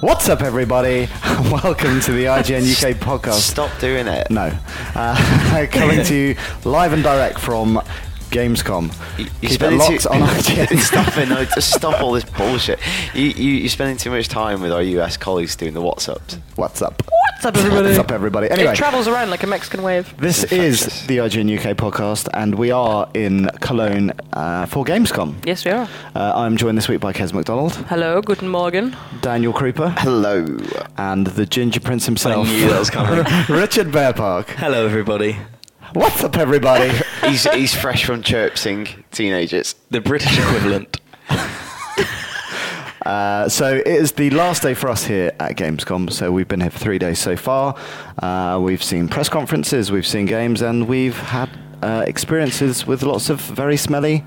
What's up, everybody? Welcome to the IGN UK podcast. Stop doing it. No, uh, coming to you live and direct from Gamescom. You- you're Keep it spending locked too- on IGN. stop it! No, just stop all this bullshit. You, you you're spending too much time with our US colleagues doing the WhatsApps. What's up? What's up, everybody? What's up, everybody? Anyway, It travels around like a Mexican wave. this is the IGN UK podcast, and we are in Cologne uh, for Gamescom. Yes, we are. Uh, I'm joined this week by Kes McDonald, Hello, guten Morgen. Daniel Creeper, Hello. and the Ginger Prince himself, I knew that was coming. Richard Bearpark. Hello, everybody. What's up, everybody? He's he's fresh from chirping teenagers. The British equivalent. Uh, so it is the last day for us here at Gamescom. So we've been here for three days so far. Uh, we've seen press conferences, we've seen games, and we've had uh, experiences with lots of very smelly.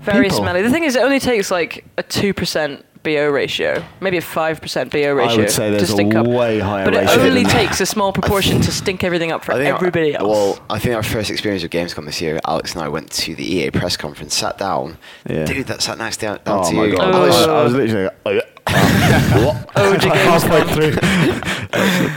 Very People. smelly. The thing is, it only takes like a 2% BO ratio, maybe a 5% BO ratio would say to there's stink a up. way higher but ratio it only than that. takes a small proportion to stink everything up for I think our- everybody else. Well, I think our first experience of Gamescom this year, Alex and I went to the EA press conference, sat down. Yeah. Dude, that sat next down, down Oh to my you. god! Alex, I, I was literally like, Oh, to like halfway Gamescom.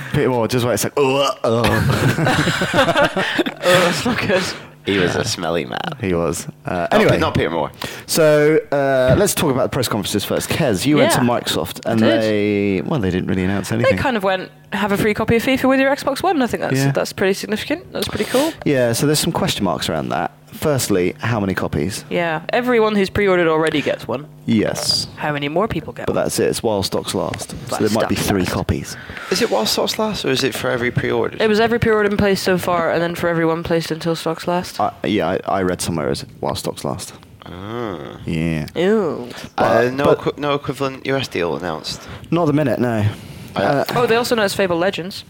through. Peter Moore, just wait a sec. Oh, oh. Oh, that's not good. he was a smelly man. he was. Uh, Not Pe- anyway, not Peter Moore. so uh, let's talk about the press conferences first. Kez, you went to Yeah. Microsoft, and did. they well, they didn't really announce anything. They kind of went, have a free copy of FIFA with your Xbox One. I think that's, Yeah. that's pretty significant. That's pretty cool. Yeah, so there's some question marks around that. Firstly, how many copies? Yeah, everyone who's pre-ordered already gets one. Yes. How many more people get But one? that's it, it's while stocks last. So While there might be stocks three last. copies. Is it while stocks last, or is it for every pre-order? It was every pre-order in place so far, and then for every one placed until stocks last. I yeah, I, I read somewhere as while stocks last. Ah. Yeah. Ew. Uh, But- no, but- equi- no equivalent US deal announced. Not the minute, no. Oh, yeah. Uh, Oh, they also announced Fable Legends,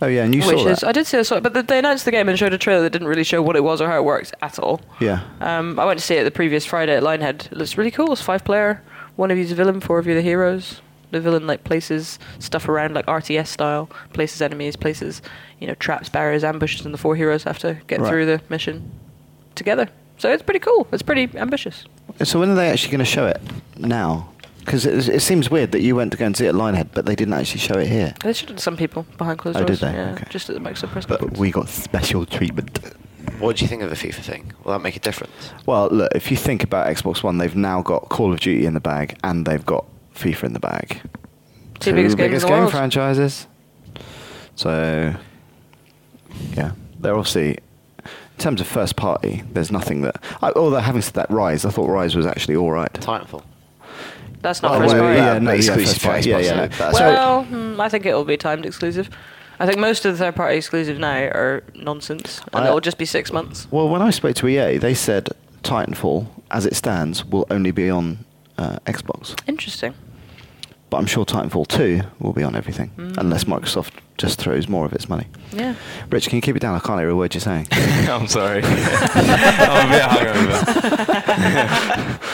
oh, yeah, and you which saw that. is I did see I saw it, but th- they announced the game and showed a trailer that didn't really show what it was or how it worked at all. yeah. Um, I went to see it the previous Friday at Linehead. It looks really cool. It's five player. One of you's a villain, four of you the heroes. The villain like places stuff around like RTS style, places enemies, places you know traps, barriers, ambushes, and the four heroes have to get Right. through the mission together. So it's pretty cool. It's pretty ambitious. So when are they actually going to show it? Now? Because it, it seems weird that you went to go and see it at Linehead, but they didn't actually show it here. They should have some people behind closed Oh, did doors. they? Yeah, Okay. just at the Microsoft press But conference. we got special treatment. What do you think of the FIFA thing? Will that make a difference? Well, look, if you think about Xbox One, they've now got Call of Duty in the bag and they've got FIFA in the bag. Two biggest games in the game world. franchises. So, yeah, they're obviously in terms of first party. There's nothing that. I, although having said that, Rise, I thought Rise was actually all right. Titanfall. That's not Oh, first wait, party. wait, yeah, But no, yeah, exclusive first for party. Yeah, Xbox, yeah, so no. that's- So- Well, mm, I think it will be timed exclusive. I think most of the third party exclusive now are nonsense, and I- it'll just be six months. Well, when I spoke to EA, they said Titanfall, as it stands, will only be on uh, Xbox. Interesting. But I'm sure Titanfall 2 will be on everything, unless Microsoft just throws more of its money. Mm. Yeah. Rich, can you keep it down? I can't hear a word you're saying. I'm sorry. I'm a bit hungover.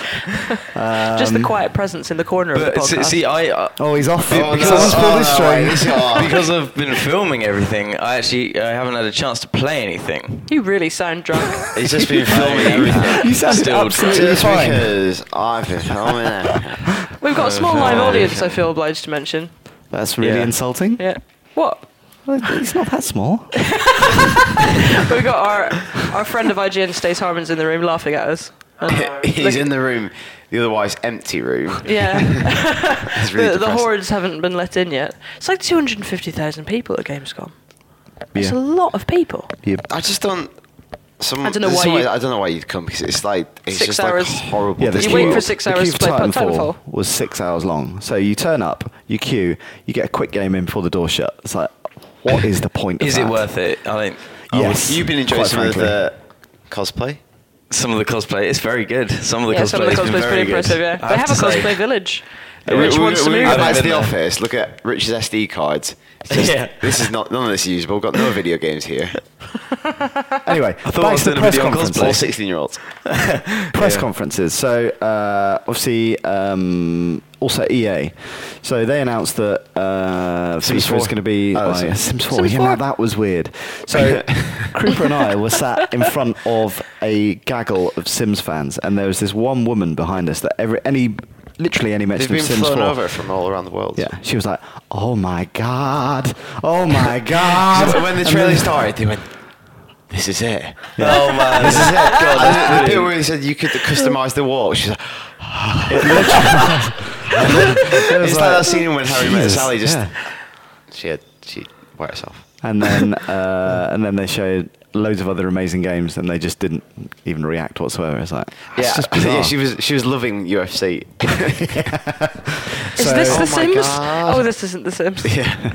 Um, just the quiet presence in the corner of But the see, podcast. see, uh, I. I oh, he's off. Oh, no, Someone's oh, pulled his no, string. wait, this- oh, because I've been filming everything, I actually I haven't had a chance to play anything. you really sound drunk. He's just been filming You everything. sounded Still absolutely Just fine. because I've been filming everything. We've got a small Uh, live no. audience. I feel obliged to mention. That's really Yeah. insulting. Yeah. What? Well, It's not that small. We've got our our friend of IGN, Stace Harmon's, in the room laughing at us. And He's look- in the room, the otherwise empty room. Yeah. It's really the, the depressing. hordes haven't been let in yet. It's like 250,000 people at Gamescom. It's a Yeah. lot of people. Yeah. I just don't. Some, I don't know why some- you- I don't know why you'd come because it's like it's Six just hours. like horrible. Yeah, the You queue- wait for the six queue hours for to play Titanfall. was six hours long. So you turn up, you queue, you get a quick game in before the door shuts. It's like, what is the point of Is that? it worth it? I think. oh, I would- Yes. You've been enjoying Quite some frankly. of the cosplay. Some of the cosplay, it's very good. Some of the yeah, cosplay, some of the has been cosplay's very pretty impressive. good. Yeah, I they have, to a say. cosplay village. Yeah, Rich we- wants to we- move Go we- back to there. the Yeah. office. Look at Rich's SD cards. It's just- Yeah. This is not none of this is usable. We've got no video games here. Anyway, thought I back was to the doing a press video on conferences. All cosplay. sixteen year olds. press Yeah. conferences. So uh, obviously, um, also EA. So they announced that uh, Sims FIFA is 4. going to be Oh, oh, Sims- yeah, Sims Four. Sims yeah, 4. now that was weird. So Creeper and I were sat in front of a gaggle of Sims fans, and there was this one woman behind us that every any literally any mention They've of been Sims flown 4. over from all around the world. Yeah, she was like, "Oh my god, oh my god!" So when the And trailer then- started, they went, "This is it." Oh man, This is it. God, And the- the that's bit brilliant. where he said you could customize the walk. She's like, it was it's like that scene when Harry met Jesus, Sally. Just yeah. she had she by herself. and then uh, and then they showed loads of other amazing games, and they just didn't even react whatsoever. It's like, Yeah, it's just yeah, bizarre. she was she was loving UFC. Is So- this Oh The my Sims? God. Oh, this isn't The Sims. yeah,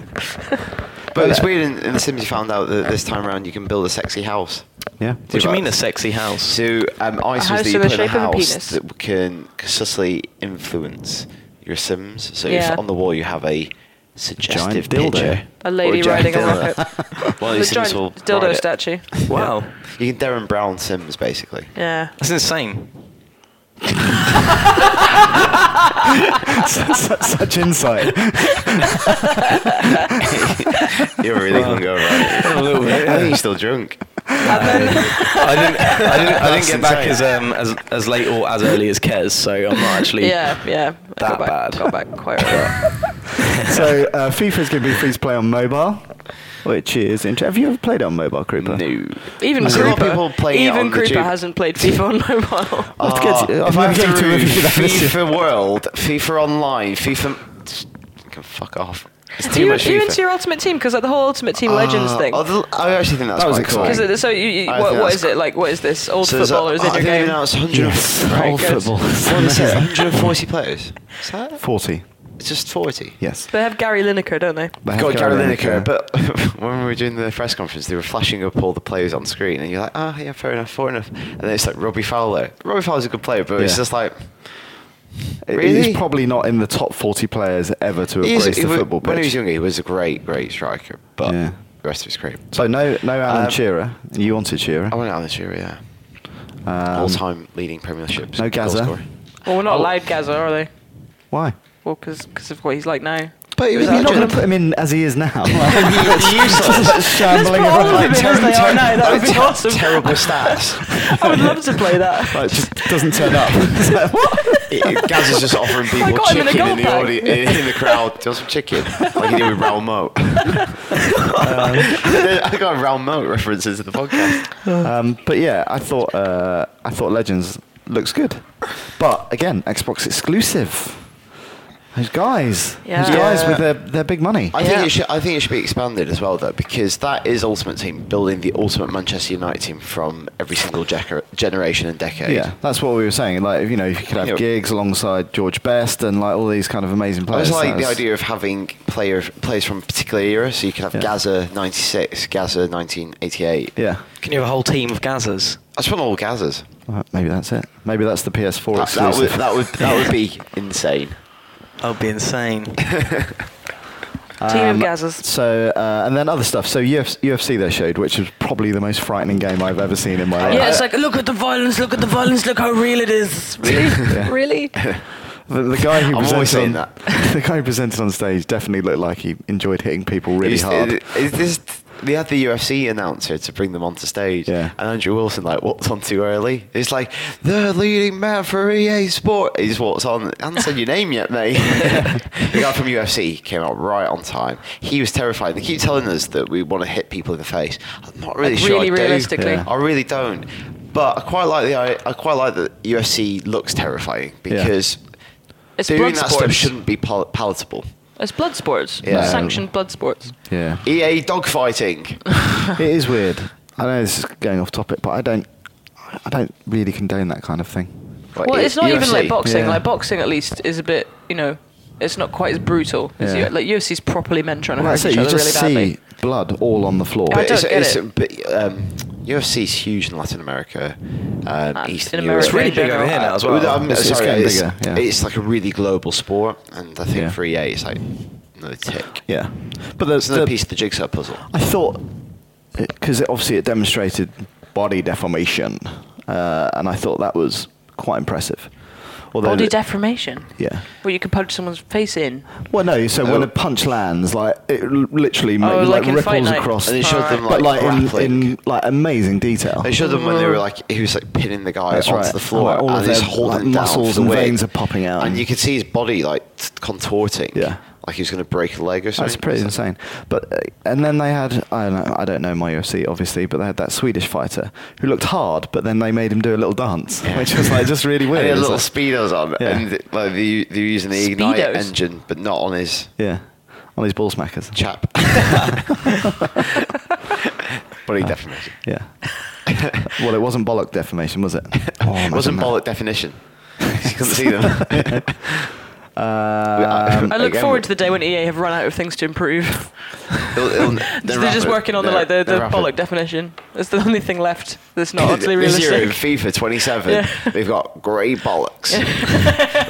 but it's weird. In, in The Sims, you found out that this time around you can build a sexy house. yeah. What do you about- mean a sexy house? So um, ice was house that in you the put in a shape of a house penis. that can subtly influence your Sims. So Yeah. if on the wall you have a suggestive dildo. picture, A lady or giant riding a dildo. rocket. One of the these Sims giant will dildo ride it. statue. Wow, You can Darren Brown Sims basically. Yeah. that's insane. such, such insight. You're really gonna go right. A little bit, I yeah. think you're still drunk. I didn't, I didn't, I didn't That's get back insane. as, um, as as late or as early as Kez, so I'm not actually. Yeah, yeah. I That got back, bad. Got back quite early. so uh, FIFA is going to be free to play on mobile, which is interesting. Have you ever played it on mobile, Creeper? Even I see a lot of people Krupa, playing it on even the Krupa tube. hasn't played FIFA on mobile. I'll have to get to- Ah, I'll if I have to get have to to review review that this year. FIFA World, FIFA Online, FIFA, you can fuck off. It's Are too you, much are you FIFA. into your Ultimate Team? Because like the whole Ultimate Team Legends Ah, thing. although- I actually think that's That was quite cool. exciting. Because it- so you, you, I what, think what that's is it like? What is this? Old So there's football a- or is oh, it I your think game? they announced 100 Yes, Very old good. football. What is it? 140 players. Is that? Forty. It's just 40. Yes. They have Gary Lineker, don't they? They have Got Gary Gary Lineker, Lineker. but when we were doing the press conference, they were flashing up all the players on screen, and you're like, ah, yeah, fair enough, fair enough. And then it's like Robbie Fowler. Robbie Fowler's a good player, but it's Yeah. just like Really? He's probably not in the top 40 players ever to have he is- graced he the wa- football when he was pitch. younger, he was a great, great striker, but Yeah. the rest of his career. So no, no Alan Um, Shearer. You wanted Shearer. I went out this year, yeah. Um, All-time leading Premiership. no goal Gaza. scorer. Well, we're not Oh. allowed Gaza, are they? Why? Well, because of what he's like now. But he You're was not actually- going to put him in as he is now. He's useless. Let's put shambling all around. of them in as they are now. That would be Ter- awesome. Terrible stats. I would love to play that. Like, just doesn't turn up. It's like, what? It- Gaz is just offering people got him in a chicken in, goal the bag. audi- in, in the crowd. Do you want some chicken? Like he did with Raul Moat. I got a Raul Moat references to the podcast. Um, but yeah, I thought uh, I thought Legends looks good, but again, Xbox exclusive. Those guys, those Yeah. guys Yeah. with their, their big money. I Yeah. think it should. I think it should be expanded as well, though, because that is Ultimate Team building the Ultimate Manchester United team from every single jecker- generation and decade. yeah, that's what we were saying. Like you know, if you could have Yeah. gigs alongside George Best and like all these kind of amazing I players. just like that the was- idea of having player, players from a particular era, so you could have Yeah. Gaza 96, Gaza 1988. Yeah, Can you have a whole team of Gazas? I just want all Gazas. Well, maybe that's it. Maybe that's the PS4 That, that would, exclusive. that, would, that would be insane. That would be insane. Team of Um, Gazas. So uh, and then other stuff. So UFC, UFC they showed, which was probably the most frightening game I've ever seen in my life. Yeah, it's like look at the violence, look at the violence, look how real it is. Really, really. The, the guy who I'm presented always saying on, that. the guy who presented on stage definitely looked like he enjoyed hitting people really Is- hard. Is this, they had the UFC announcer to bring them onto stage, Yeah. and Andrew Wilson like walked on too early. It's like the leading man for EA Sport. He just walks on. I haven't said your name yet, mate. the guy from UFC came out right on time. He was terrified. They keep telling us that we want to hit people in the face. I'm not really Like, sure. I really do. realistically. Yeah. I really don't. But I quite like the I, I quite like that UFC looks terrifying Yeah. because It's doing blood that stuff sports. shouldn't be pal- palatable. It's blood sports. Yeah. Sanctioned blood sports. Yeah, EA E dogfighting. it is weird. I know this is going off topic, but I don't, I don't really condone that kind of thing. Like, Well, it- it's not even like UFC. boxing. yeah. Like boxing, at least, is a bit, you know, it's not quite as brutal. As Yeah. U- like UFC's properly men trying to Well, hurt that's it. each You other just really see badly. blood all on the floor. I don't it's, get it's, it. But, um, UFC is huge in Latin America, um, Ah, Eastern in Europe. America It's really big over here now as well. Uh, I'm It's- it's sorry, getting it's, bigger, yeah. it's like a really global sport, and I think Yeah. for EA, it's like no tick. yeah, but the, It's the- another Oh. piece of the jigsaw puzzle. I thought because obviously it demonstrated body deformation, uh, and I thought that was quite impressive. Although Body the- deformation. Yeah. Where you can punch someone's face in. Well, no. So when Oh. a punch lands, like it l- literally ma- Oh, like, like in Fight ripples Night. across, And they showed them but like, like in, grappling. in like amazing detail. They showed them when they were like he was like pinning the guy That's onto right. the floor And, like, all and of he's their, holding like, him down muscles for the and weight. veins are popping out and and- you could see his body like t- contorting. Yeah. like he was going to break a leg or something. That's pretty insane. But uh, and then they had I don't know, I don't know my UFC obviously, but they had that Swedish fighter who looked hard, but then they made him do a little dance, Yeah. which was like just really And weird. he had It's little like- speedos on, Yeah. and th- like they, they're using the ignite Speedos? engine, but not on his yeah, on his ball smackers. chap. Body definition. Yeah. well, it wasn't bollock defamation, was it? Oh, it wasn't imagine bullet definition. You couldn't see them. uh, that. Um, I look Again, forward to the day when EA have run out of things to improve. It'll- it'll- They're, they're just rapid. working on the like the, They're- the they're bollock rapid. definition. It's the only thing left that's not utterly This year in realistic. FIFA 27, Yeah. they've got grey bollocks.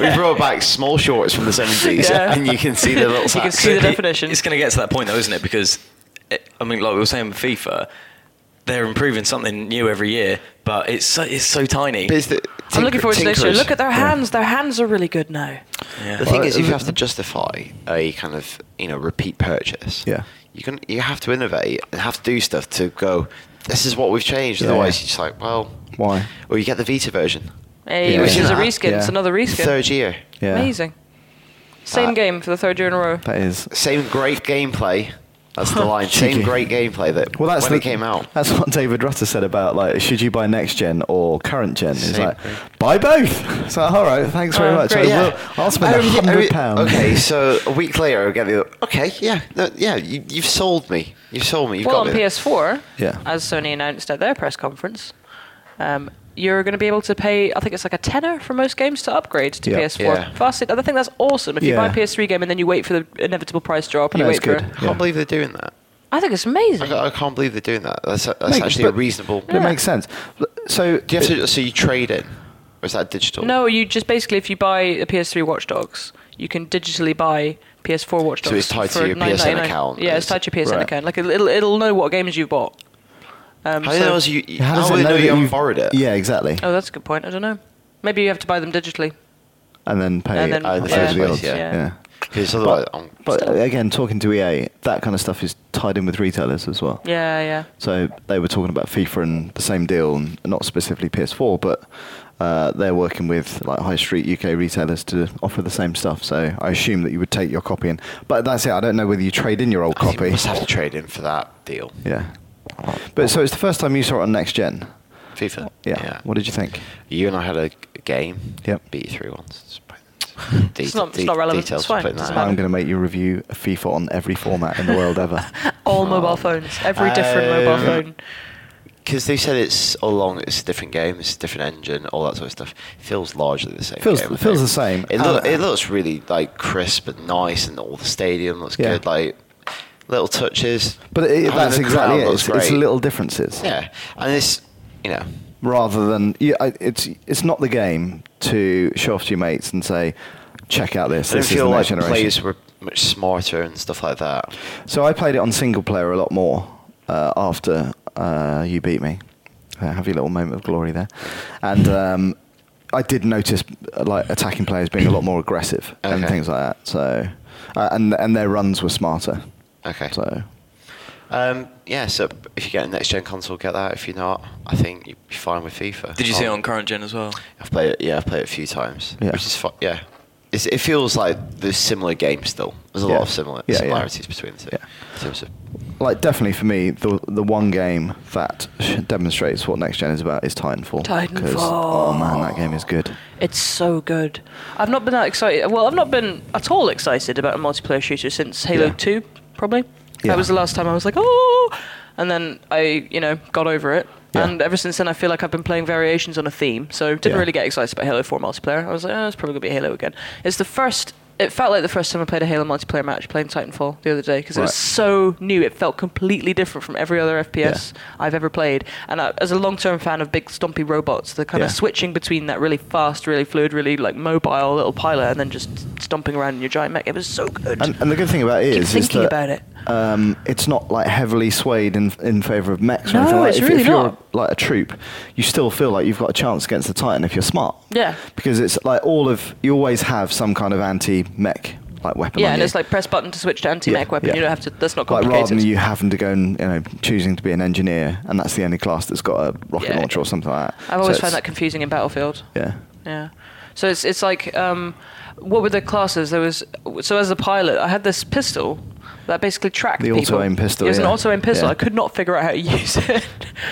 we brought back small shorts from the 70s, Yeah. and you can see the little You can sacks. see the It- definition. It's going to get to that point, though, isn't it? Because, it, I mean, like we were saying with FIFA, they're improving something new every year, but it's so, it's so tiny. But it's the I'm tinker- looking forward to next year. tinkerers. Look at their hands. Their hands are really good now. Yeah. The thing Well, uh, is, if you the- have to justify a kind of you know repeat purchase, Yeah. you can you have to innovate and have to do stuff to go. This is what we've changed. Yeah, Otherwise, yeah. you're just like, well, Why? Or you get the Vita version, Hey, Yeah. which is a Yeah. reskin. It's Yeah. another reskin. third year, yeah. Amazing. Same Uh, game for the third year in a row. That is. same great gameplay. That's the line. Same Cheeky. great gameplay that Well, that's when the, it came out. That's what David Rutter said about like, should you buy next gen or current gen? He's Same like, thing. buy both. So all right, thanks very Oh, much. great. I Yeah. will, I'll spend a Every- every- hundred pounds. Okay, so a week later, I get the other- okay, yeah, no, yeah, you, you've sold me. You've sold me. You've well, got on me. PS4, Yeah. as Sony announced at their press conference, um, you're going to be able to pay, I think it's like a tenner for most games to upgrade to Yeah. PS4. Yeah. Fast, I think that's awesome. If you Yeah. buy a PS3 game and then you wait for the inevitable price drop, and No, you wait it's good. for. I Yeah. can't believe they're doing that. I think it's I, amazing. ca- I can't believe they're doing that. That's that's Make- actually a but reasonable. It makes sense. So Do you have to, so you trade in, or is that digital? No, you just basically if you buy a PS3 Watch Dogs, you can digitally buy PS4 Watch Dogs. So it's tied to for your PSN $9.99. account. Yeah, it's It's- tied to your PSN right. account. Like it'll it'll know what games you've bought. Um, How do so- you know you? you- How How, does do it they know know that you haven't you've- borrowed it? Yeah, exactly. Oh, that's a good point. I don't know. Maybe you have to buy them digitally. And then pay And then- a Oh, in the third of first the place, odds. yeah. yeah. Because otherwise, But, um, but Still. again, talking to EA, that kind of stuff is tied in with retailers as well. Yeah, yeah. So they were talking about FIFA and the same deal, and not specifically PS4, but uh, they're working with like high street UK retailers to offer the same stuff. So I assume that you would take your copy in. But that's it. I don't know whether you trade in your old I think you copy. must have to trade in for that deal. Yeah. But so it's the first time you saw it on next gen. FIFA. Yeah. What did you think? You and I had a g- game. Yep. Beat you three once. It's not- it's not relevant. Details It's fine. for putting Doesn't that I'm matter. out. going to make you review FIFA on every format in the world ever. All mobile phones, every different mobile Um, phone. Because they said it's all along, it's a different game, it's a different engine, all that sort of stuff. Feels largely the same. Feels- game, I feels the think. same. Uh, It, loo- And- it looks really like crisp and nice, and all the stadium looks Yeah. good. Like little touches, But it, Having that's the exactly crowd it. looks It's, it's great. little differences. Yeah, and it's you know, rather than yeah, I- it's it's not the game to show off to your mates and say, check out this. I don't This is feel the like next generation. players were much smarter and stuff like that. So I played it on single player a lot more uh, after uh, you beat me. Uh, have your little moment of glory there, and um, I did notice uh, like attacking players being a lot more aggressive and Okay. things like that. So uh, and and their runs were smarter. Okay. So Um, yeah, so if you get a next gen console, get that. If you're not, I think you'd be fine with FIFA. Did you see it Oh, on current gen as well? I've played it. Yeah, I've played it a few times. Yeah. Which is fun. Yeah. It's, it feels like there's similar games still. There's a Yeah. lot of similar Yeah, yeah. similarities between the two. Yeah. In terms of like definitely for me, the the one game that demonstrates what next gen is about is Titanfall. 'Cause, Oh man, that game is good. It's so good. I've not been that excited. Well, I've not been at all excited about a multiplayer shooter since Halo Yeah. 2, probably. Yeah. That was the last time I was like, oh, and then I, you know, got over it. Yeah. And ever since then, I feel like I've been playing variations on a theme. So didn't Yeah. really get excited about Halo 4 multiplayer. I was like, oh, it's probably gonna be Halo again. It's the first it felt like the first time I played a Halo multiplayer match playing Titanfall the other day because it Right. was so new. It felt completely different from every other FPS I've ever played. And I, as a long-term fan of big stompy robots, the kind Yeah. of switching between that really fast, really fluid, really like mobile little pilot, and then just stomping around in your giant mech, it was so good. And, and the good thing about it Keep is, is thinking that about it. Um, it's not like heavily swayed in in favor of mechs. Or No, anything. Like, it's if, really if you're not. like a troop, you still feel like you've got a chance against the Titan if you're smart. Yeah. Because it's like all of you always have some kind of anti mech like weapon. yeah, on and you. it's like press button to switch to anti-mech Yeah, weapon. yeah. You don't have to. That's not Like complicated. rather than you having to go and you know choosing to be an engineer, and that's the only class that's got a rocket Yeah. launcher or something like that. I've always So found that it's- confusing in Battlefield. yeah. Yeah. So it's it's like um, what were the classes? There was so as a pilot, I had this pistol that basically tracked The people. auto-aim pistol, It was yeah. an auto aim pistol. Yeah. I could not figure out how to use it.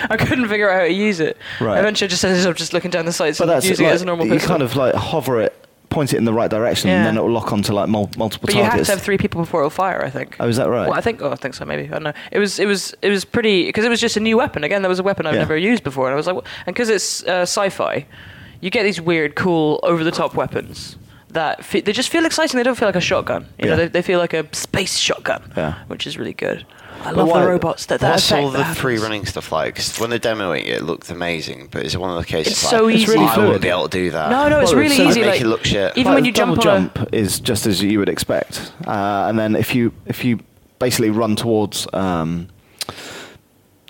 I couldn't figure out how to use it. Right. Eventually, I just ended up just looking down the sights But and that's using like, it as a normal you pistol. kind of like hover it, point it in the right direction, and Yeah. then it'll lock onto like mul- multiple but you targets. have to have three people before it'll fire. I think. Oh, is that right? Well, I think. Oh, I think so. Maybe I don't know. It was. It was. It was pretty because it was just a new weapon. Again, there was a weapon I've Yeah. never used before, and I was like, "What?" and because it's uh, sci-fi, you get these weird, cool, over-the-top weapons that fe- they just feel exciting. They don't feel like a shotgun. You Yeah. know, they, they feel like a space shotgun, Yeah. which is really good. I But love why- the robots. That that What's effect all the that happens. free running stuff like? 'Cause when they're demoing it, it looked amazing, but it's one of the cases It's like, so It's easy. really I wouldn't fluid. be able to do that. No, no, it's Well, really so- easy. Make Like it look shit. even Like, when you the double jump on jump is just as you would expect, uh, and then if you if you basically run towards um,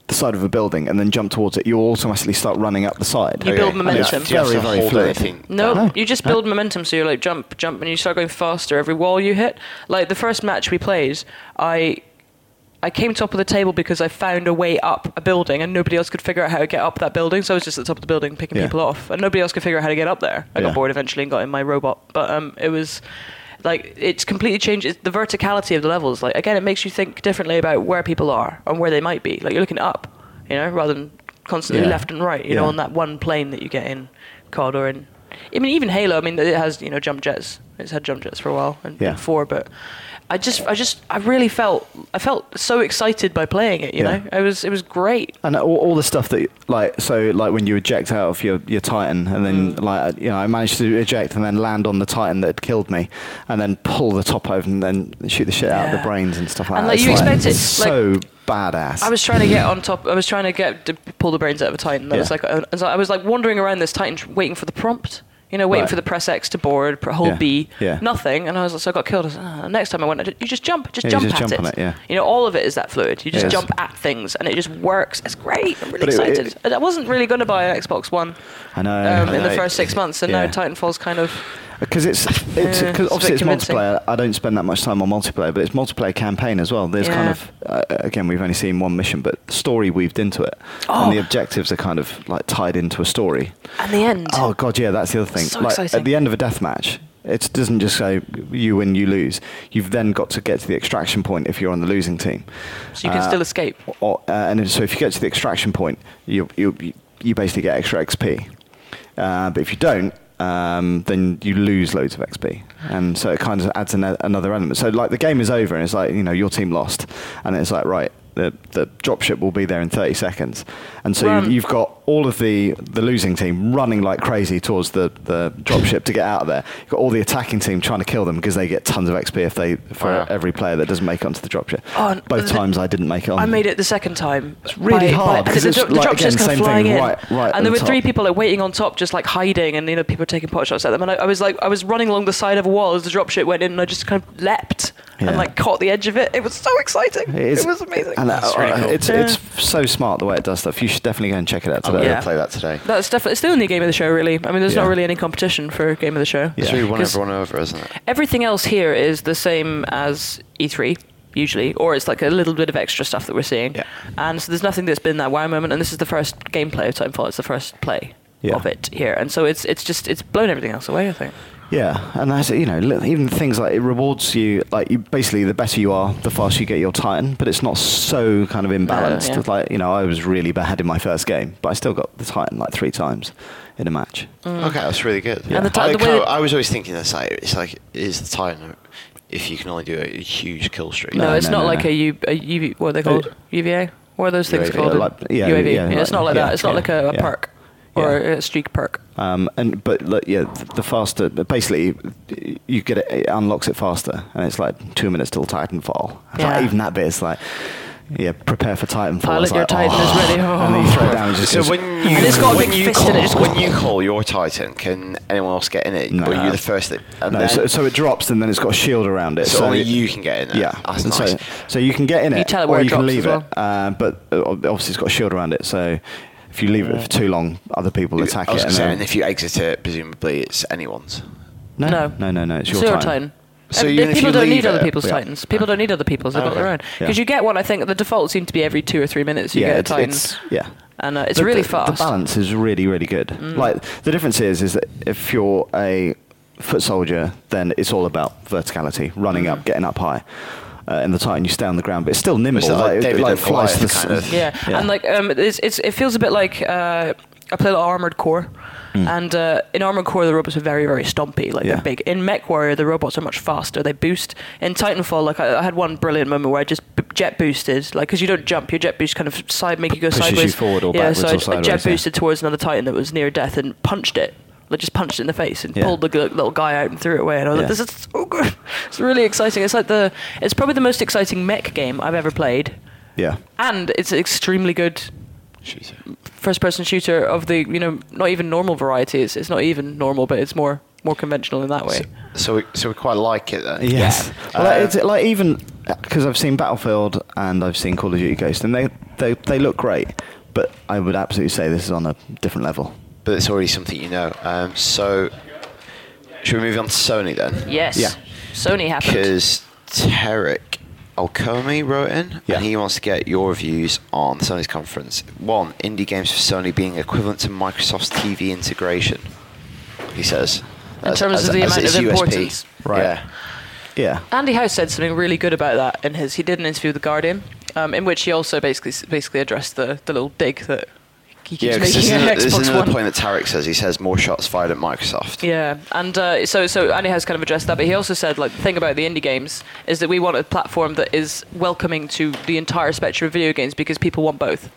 the side of a building and then jump towards it, you'll automatically start running up the side. You build And it's momentum. Do you have Very to very hold fluid. anything a no, down? No. you just build momentum. So you're like jump, jump, and you start going faster every wall you hit. Like the first match we played, I I came top of the table because I found a way up a building and nobody else could figure out how to get up that building. So I was just at the top of the building picking Yeah. people off and nobody else could figure out how to get up there. I Yeah. got bored eventually and got in my robot. But um, it was like it's completely changed it's the verticality of the levels. Like again, it makes you think differently about where people are and where they might be. Like you're looking up, you know, rather than constantly Yeah. left and right, you know, Yeah. on that one plane that you get in COD or in I mean even Halo, I mean it has, you know, jump jets. It's had jump jets for a while and Yeah. and four, but I just, I just, I really felt, I felt so excited by playing it. You Yeah. know, it was, it was great. And all, all the stuff that like so like when you eject out of your, your Titan and then Mm. like uh, you know I managed to eject and then land on the Titan that had killed me and then pull the top over and then shoot the shit out of the Yeah. brains and stuff like And, that. like, It's you expect it, so badass. I was trying to get on top. I was trying to get to pull the brains out of a Titan. That was Yeah. like, I was, I was like wandering around this Titan, tr- waiting for the prompt. You know, waiting Right. for the press X to board, pr- hold Yeah. B, Yeah. nothing. And I was so I got killed. I was, "Ah." next time I went, I ju- you just jump, just Yeah, you jump just at jump it. on it, yeah. You know, all of it is that fluid. You just Yes. jump at things, and it just works. It's great. I'm really But it- excited. it- And I wasn't really going to buy an Xbox One I know. um, I in the know. first six months, and Yeah. now Titanfall's kind of Because it's, it's Yeah, 'cause it's a obviously bit it's convincing. multiplayer. I don't spend that much time on multiplayer, but it's multiplayer campaign as well. There's kind Yeah. of uh, again we've only seen one mission, but story weaved into it, Oh. and the objectives are kind of like tied into a story. and the end. Oh god, yeah, that's the other thing. So like exciting. at the end of a death match, it doesn't just say you win, you lose. You've then got to get to the extraction point if you're on the losing team. So you can still escape. Or, uh, and so if you get to the extraction point, you you you basically get extra XP. Uh, but if you don't. Um, then you lose loads of XP, and so it kind of adds an, another element. So like the game is over, and it's like you know your team lost, and it's like right, the the dropship will be there in 30 seconds, and so you, Run. you've got all of the, the losing team running like crazy towards the, the dropship to get out of there. You've got all the attacking team trying to kill them because they get tons of XP if they for Wow. every player that doesn't make it onto the dropship. Oh, and Both the- times I didn't make it on. I made it the second time. It's really hard, because because the, it's dro- the like, dropship's again, kind same of thing, flying in, right- right at and there the were three top. people like waiting on top, just like hiding, and you know people taking pot shots at them. And I, I was like, I was running along the side of a wall as the dropship went in, and I just kind of leapt Yeah. and like caught the edge of it. It was so It exciting. is- It was amazing. And uh, That's really cool. it's, Yeah. it's so smart the way it does stuff. You should definitely go and check it out I'm today. going Oh, to Yeah. play that today. That's definitely it's the only game of the show, really. I mean, there's Yeah. not really any competition for game of the show. Yeah. It's really won 'Cause- everyone over, isn't it? everything else here is the same as E3 usually, or it's like a little bit of extra stuff that we're seeing. Yeah. And so there's nothing that's been that wow moment, and this is the first gameplay of Titanfall. It's the first play Yeah. of it here, and so it's it's just it's blown everything else away. I think. Yeah, and that's you know li- even things like it rewards you like you basically the better you are, the faster you get your Titan. But it's not so kind of imbalanced. yeah. It's Like you know, I was really bad in my first game, but I still got the Titan like three times in a match. Mm. Okay, that's really good. And the ti- I, the way- I was always thinking this, like, it's like, is the Titan, if you can only do a huge kill streak? No, No, it's no, not no, like no. Uh, a, U, a UV. What are they called? UVA. What are those things UAV, called? like- yeah, UAV. yeah, it's not like yeah, that. It's not yeah, like a, a yeah. perk or Yeah. a streak perk. Um, and but look, yeah, th- the faster, basically, you get it, it unlocks it faster, and it's like two minutes till Titanfall. It's Yeah. Like, even that bit is like, yeah, prepare for Titanfall. Pilot, It's your like, "Ah," Titan is ready. Oh. And then you throw it down. and Just So goes, when you, It's got a when, big you fist in call, it, it's when you call your Titan, can anyone else get in it? No. Or you're the first that. And no, then, so, so it drops, and then it's got a shield around it. so only it- you can get in it. Yeah, That's and nice. so, so you can get in it, You tell it or where it you can drops as leave well. it. Uh, but uh, ob- obviously, it's got a shield around it, so if you leave it for too long, other people attack I was it. gonna say, then- and if you exit it, presumably it's anyone's. no, No. no, no, no, it's your Zero time. Titan. So And even if if people you don't leave need other it- people's Yeah. Titans. People don't need other people's. They've got their Okay. own. Yeah. Because you get one, I think the default seemed to be every two or three minutes you yeah, get a it's, Titan. it's- yeah, and uh, it's The- really the, fast. Mm. The balance is really, really good. Like the difference is, is that if you're a foot soldier, then it's all about verticality, running Mm. up, getting up high. Uh, in the Titan, you stay on the ground, but it's still nimble. like it- David and flies to the Goliath s- kind of. Yeah. and like um, it's, it's it feels a bit like uh, I play like Armored Core, and uh, in Armored Core the robots are very very stompy, like Mm. Yeah. they're big. In Mech Warrior the robots are much faster. They boost. In Titanfall, like I, I had one brilliant moment where I just b- jet boosted, like because you don't jump, your jet boost kind of side make you go Pushes you sideways. forward or yeah, backwards so or I, I jet sideways, yeah. boosted towards another Titan that was near death and punched it. Like just punched it in the face and Yeah. pulled the g- little guy out and threw it away. And I was Yeah. like, "This is so good! It's really exciting. It's like the, it's probably the most exciting mech game I've ever played yeah, and it's an extremely good first-person shooter of the you know not even normal variety. It's, it's not even normal, but it's more more conventional in that way. So we, so we quite like it then. Yes. Yeah. Well, Uh, it's like even because I've seen Battlefield and I've seen Call of Duty Ghost, and they, they they look great, but I would absolutely say this is on a different level. But it's already something you know. Um, so should we move on to Sony then? Yes. Yeah. Sony happened. Because Tarek Alcomi wrote in, Yeah. and he wants to get your views on Sony's conference. One, indie games for Sony being equivalent to Microsoft's TV integration. He says. In terms of the amount its of USP. importance. Right. Yeah. Yeah. Andy House said something really good about that in his. He did an interview with the Guardian, um, in which he also basically basically addressed the the little dig that he keeps Yeah, 'cause making this is, at another, this is Xbox another One. point that Tarek says. He says more shots fired at Microsoft. Yeah, and uh, so so Andy has kind of addressed that, but he also said like the thing about the indie games is that we want a platform that is welcoming to the entire spectrum of video games because people want both,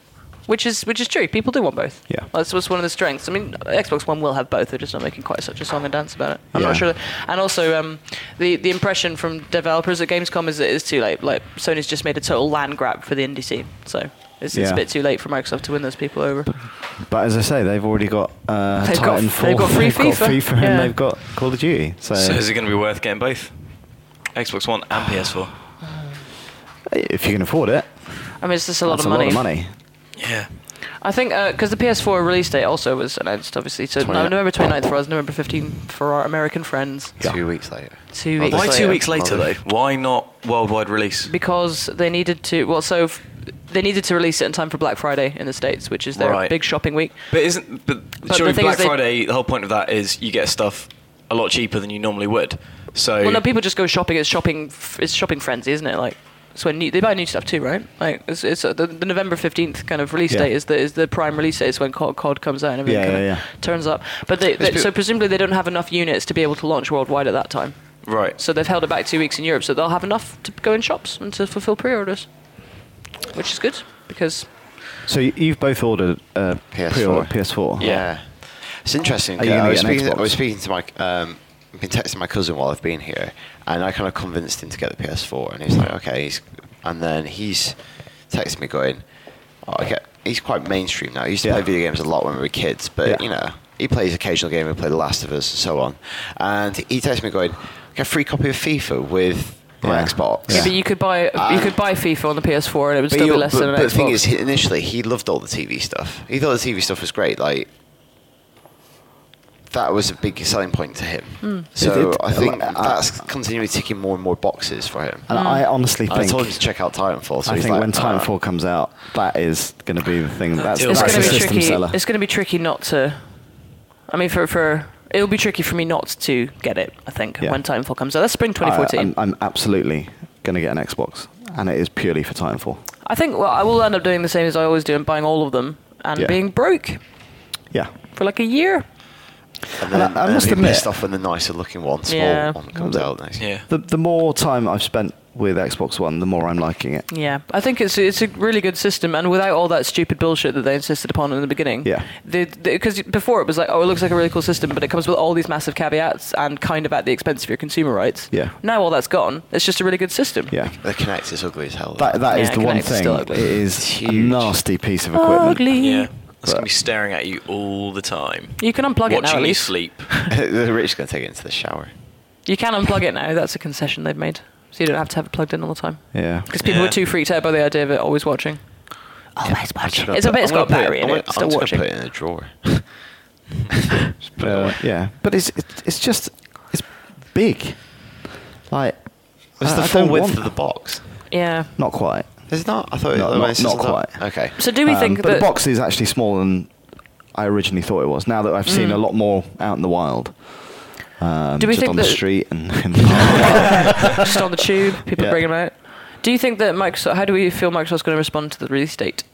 which is which is true. People do want both. Yeah. that's what's one of the strengths. I mean, Xbox One will have both. They're just not making quite such a song and dance about it. I'm Yeah. not sure. That, and also, um, the the impression from developers at Gamescom is that it's too late. Like Sony's just made a total land grab for the indie scene, so. It's, it's Yeah. a bit too late for Microsoft to win those people over. But as I say, they've already got uh, They've got- Titanfall, they've got free FIFA. and Yeah. they've got Call of Duty. So, So is it going to be worth getting both? Xbox One and PS4. if you can afford it, I mean, it's just a lot that's of money. a lot of money. Yeah. I think because the PS4 release date also was announced, obviously. So 29th. November 29th for us, November 15th for our American friends. Two weeks later. Two Oh, weeks Why later. two weeks later though? Mother- Why not worldwide release? Because they needed to. Well, so f- they needed to release it in time for Black Friday in the states, which is their Right. big shopping week. But isn't but, the during thing is Black they- Friday the whole point of that is you get stuff a lot cheaper than you normally would. So Well, no, people just go shopping. It's shopping. f- It's shopping frenzy, isn't it? Like. So when new, they buy new stuff too, right? Like it's, it's uh, the, the November fifteenth kind of release Yeah. date is the is the prime release date. It's when COD, COD comes out and everything Yeah, kind yeah, of yeah. turns up. But they, they, pe- so presumably they don't have enough units to be able to launch worldwide at that time. right. So they've held it back two weeks in Europe, so they'll have enough to go in shops and to fulfill pre-orders, which is good because So y- you've both ordered uh, PS4. pre-order PS4. Yeah. It's interesting. Are you gonna I, was get an speaking, Xbox? I was speaking to my, um, I've been texting my cousin while I've been here, and I kind of convinced him to get the PS4, and he's like, okay, he's, and then he's texting me going, oh, I get, he's quite mainstream now. He used to Yeah. play video games a lot when we were kids, but Yeah. you know, he plays occasional game. We play The Last of Us and so on, and he texted me going, get a free copy of FIFA with my Yeah. Xbox. Yeah. maybe you could buy you could buy FIFA on the PS4 and it would But, still be you'll- less but- than an but Xbox. the thing is, he- initially he loved all the TV stuff. He thought the TV stuff was great. Like that was a big selling point to him. Hmm. So It- it- I think I- that's continually ticking more and more boxes for him. Hmm. And I honestly I think told him to check out Titanfall. So I he's think like, when "Uh, Titanfall comes out, that is going to be the thing. That's, that's it's It's the going to be system tricky. seller. It's going to be tricky not to. I mean, for for it'll be tricky for me not to get it. I think Yeah. when Titanfall comes out, that's spring 2014. I, am I'm absolutely going to get an Xbox, and it is purely for Titanfall. I think well, I will end up doing the same as I always do and buying all of them and Yeah. being broke Yeah. for like a year. and then, I- I and then must he admit- pissed off when the nicer looking one, small Yeah. one comes out next. Yeah. The the more time I've spent with Xbox One, the more I'm liking it. Yeah, I think it's it's a really good system, and without all that stupid bullshit that they insisted upon in the beginning. Yeah. Because before it was like, oh, it looks like a really cool system, but it comes with all these massive caveats and kind of at the expense of your consumer rights. Yeah. Now all that's gone. It's just a really good system. Yeah. The Kinect is ugly as hell. That, that is Yeah, the one Kinect is thing. still It ugly. is It's a huge. nasty piece of equipment. Ugly. Yeah. That's going But- to be staring at you all the time. You can unplug Watching it now. At you least sleep. the rich gonna take it into the shower. you can unplug it now. That's a concession they've made, so you don't have to have it plugged in all the time. Yeah. Because people Yeah. were too freaked out by the idea of it always watching. Oh, Always watching. It's a bit. It's I'm got gonna put battery in I'm it. gonna- Still I'm just watching. gonna put it in a drawer. Just put it Uh, away. yeah. But it's it, it's just it's big. Like It's I- the I full don't width want of the that. box. Yeah. Not quite. Is it not? I thought it No, was not- it's not on top. quite. Okay. So do we Um, think but that the box is actually smaller than I originally thought it was. Now that I've seen a lot more out in the wild, um, Mm. Do we just think on the that- street and in the park. just on the tube. People Yeah. bring 'em bring them out. Do you think that Microsoft? How do we feel Microsoft's going to respond to the release date?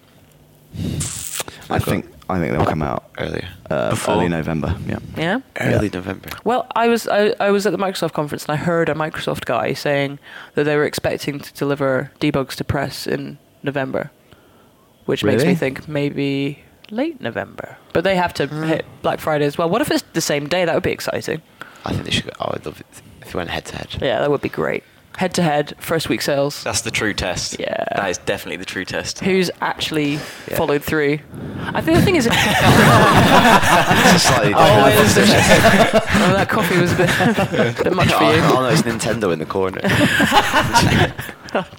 I think I think they'll come out Earlier. uh, Before? early November. Yeah. Yeah. Early yeah. November. Well, I was I, I was at the Microsoft conference and I heard a Microsoft guy saying that they were expecting to deliver debugs to press in November, which makes me Really? think maybe late November. But they have to hit Black Friday as well. What if it's the same day? That would be exciting. I think they should go. Oh, I'd love it if you went head to head. Yeah, that would be great. Head to head, first week sales. That's the true test. Yeah. That is definitely the true test. Who's actually followed through? I think the thing is. It's a slightly Oh, different it is position. Oh, that coffee was a bit, bit much for you. Oh, no, it's Nintendo in the corner.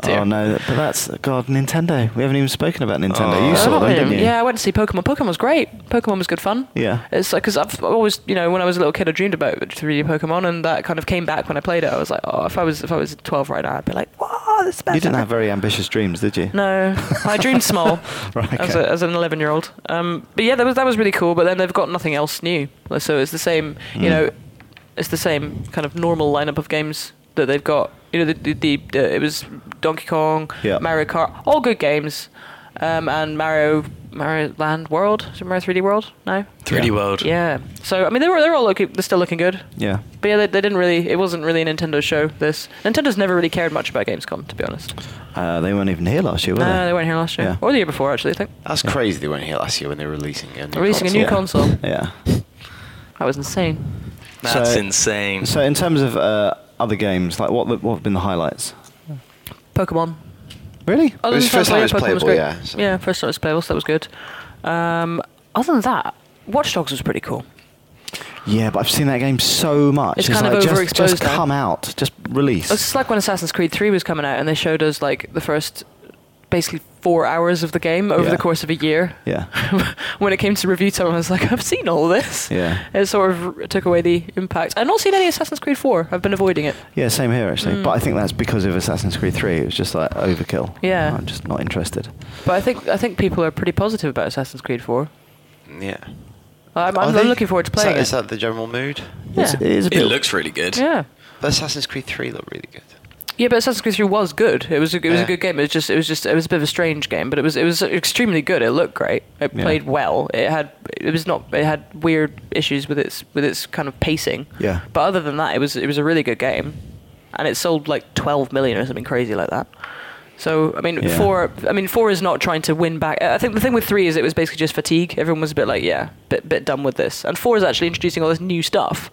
Dear. Oh no! But that's God, Nintendo. We haven't even spoken about Nintendo. Oh. You I saw don't them, know. didn't you? Yeah, I went to see Pokemon. Pokemon was great. Pokemon was good fun. Yeah. It's like because I've always, you know, when I was a little kid, I dreamed about 3D Pokemon, and that kind of came back when I played it. I was like, oh, if I was if I was 12 right now, I'd be like, wow, this is best. You didn't ever." have very ambitious dreams, did you? No, I dreamed small Right, as, okay. a, as an 11 year old. Um, but yeah, that was that was really cool. But then they've got nothing else new, so it's the same. You Mm. know, it's the same kind of normal lineup of games that they've got. You know, the the, the uh, it was Donkey Kong, Yeah. Mario Kart, all good games, um, and Mario Mario Land World, is it Mario 3D World. No, 3D Yeah. World. yeah. So I mean, they were they're all looking, they're still looking good. Yeah. But yeah, they, they didn't really. It wasn't really a Nintendo show. This Nintendo's never really cared much about Gamescom, to be honest. Uh, they weren't even here last year, were No, they? Uh, they weren't here last year, Yeah. or the year before, actually. I think. That's Yeah. crazy they weren't here last year when they were releasing a new Releasing a console. new console. Yeah. That was insane. That's So- insane. So, in terms of uh, other games, like what the, what have been the highlights? Pokemon. Really? Other was than the first time yeah, it was Pokemon playable, great. yeah, so- Yeah, first time it was playable, so that was good. Um, other than that, Watch Dogs was pretty cool. Yeah, but I've seen that game so much. It's kind like of just, just overexposed now. come out, just release. It's like when Assassin's Creed 3 was coming out and they showed us like the first basically four hours of the game over Yeah. the course of a year. yeah. when it came to review time, I was like, I've seen all this. Yeah. It sort of took away the impact. I've not seen any Assassin's Creed 4. I've been avoiding it. Yeah, same here actually. Mm. But I think that's because of Assassin's Creed 3. It was just like overkill. Yeah. I'm just not interested. But I think I think people are pretty positive about Assassin's Creed 4. Yeah. I'm, Are I'm they? looking forward to Is that- playing Is it. that the general mood? It's- Yeah. it is a it bit- looks really good. yeah. But Assassin's Creed 3 looked really good. Yeah, but Assassin's Creed 3 was good. It was a, it was Yeah. a good game. It was just it was just it was a bit of a strange game, but it was it was extremely good. It looked great. It Yeah. played well. It had it was not it had weird issues with its with its kind of pacing. Yeah. But other than that, it was it was a really good game, and it sold like 12 million or something crazy like that. So I mean, Yeah. four. I mean, four is not trying to win back. I think the thing with three is it was basically just fatigue. Everyone was a bit like, yeah, bit bit done with this. And four is actually introducing all this new stuff,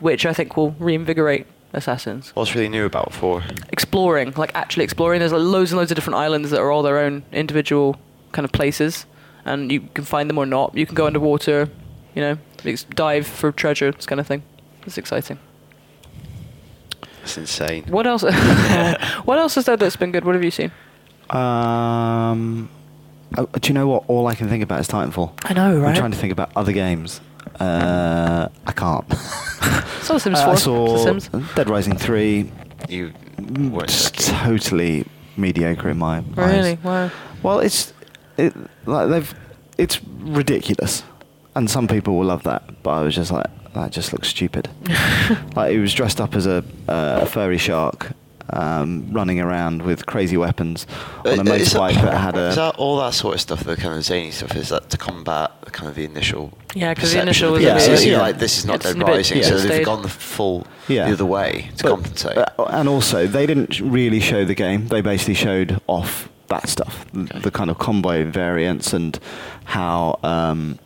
which I think will reinvigorate Assassins What's really new about 4? exploring, like actually exploring. There's like, loads and loads of different islands that are all their own individual kind of places, and you can find them or not. You can go underwater, you know, ex- dive for treasure, this kind of thing. It's exciting. That's insane. What else? what else is there that's been good? What have you seen? Um, oh, do you know what? All I can think about is Titanfall. I know, I'm right? trying to think about other games. Uh, I can't. Saw The Sims Uh, I 4. saw The Sims. Dead Rising 3. You Mm, weren't just looking. totally mediocre in my Really? eyes. Wow. Well, it's it, like they've it's ridiculous, and some people will love that, but I was just like that just looks stupid. like he was dressed up as a uh, furry shark, um, running around with crazy weapons Uh, on a is motorbike that had a Is that all that sort of stuff, the kind of zany stuff, is that to combat the kind of the initial. Yeah, 'cause perception the of initial was a people? bit- So Yeah. you're like, this is not It's Dead a bit Rising, so they've overstayed. gone the full Yeah. the other way to But- compensate. uh, and also, they didn't really show the game. They basically showed off that stuff, th- the kind of combo variants and how um,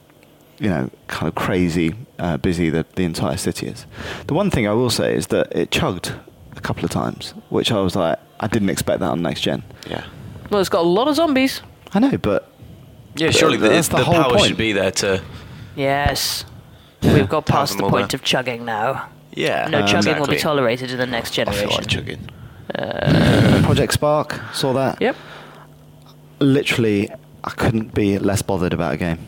you know kind of crazy uh, busy the, the entire city is. The one thing I will say is that it chugged a couple of times, which I was like, I didn't expect that on next gen. yeah. Well, it's got a lot of zombies. I know, but Yeah, surely the, That's the the, whole power point. should be there to. Yes. We've got Thousand past the more point there. of chugging now. Yeah. No Um, chugging will exactly. Oh, be tolerated in the next I feel like generation. Uh, chugging. Project Spark saw that. Yep. Literally, I couldn't be less bothered about a game.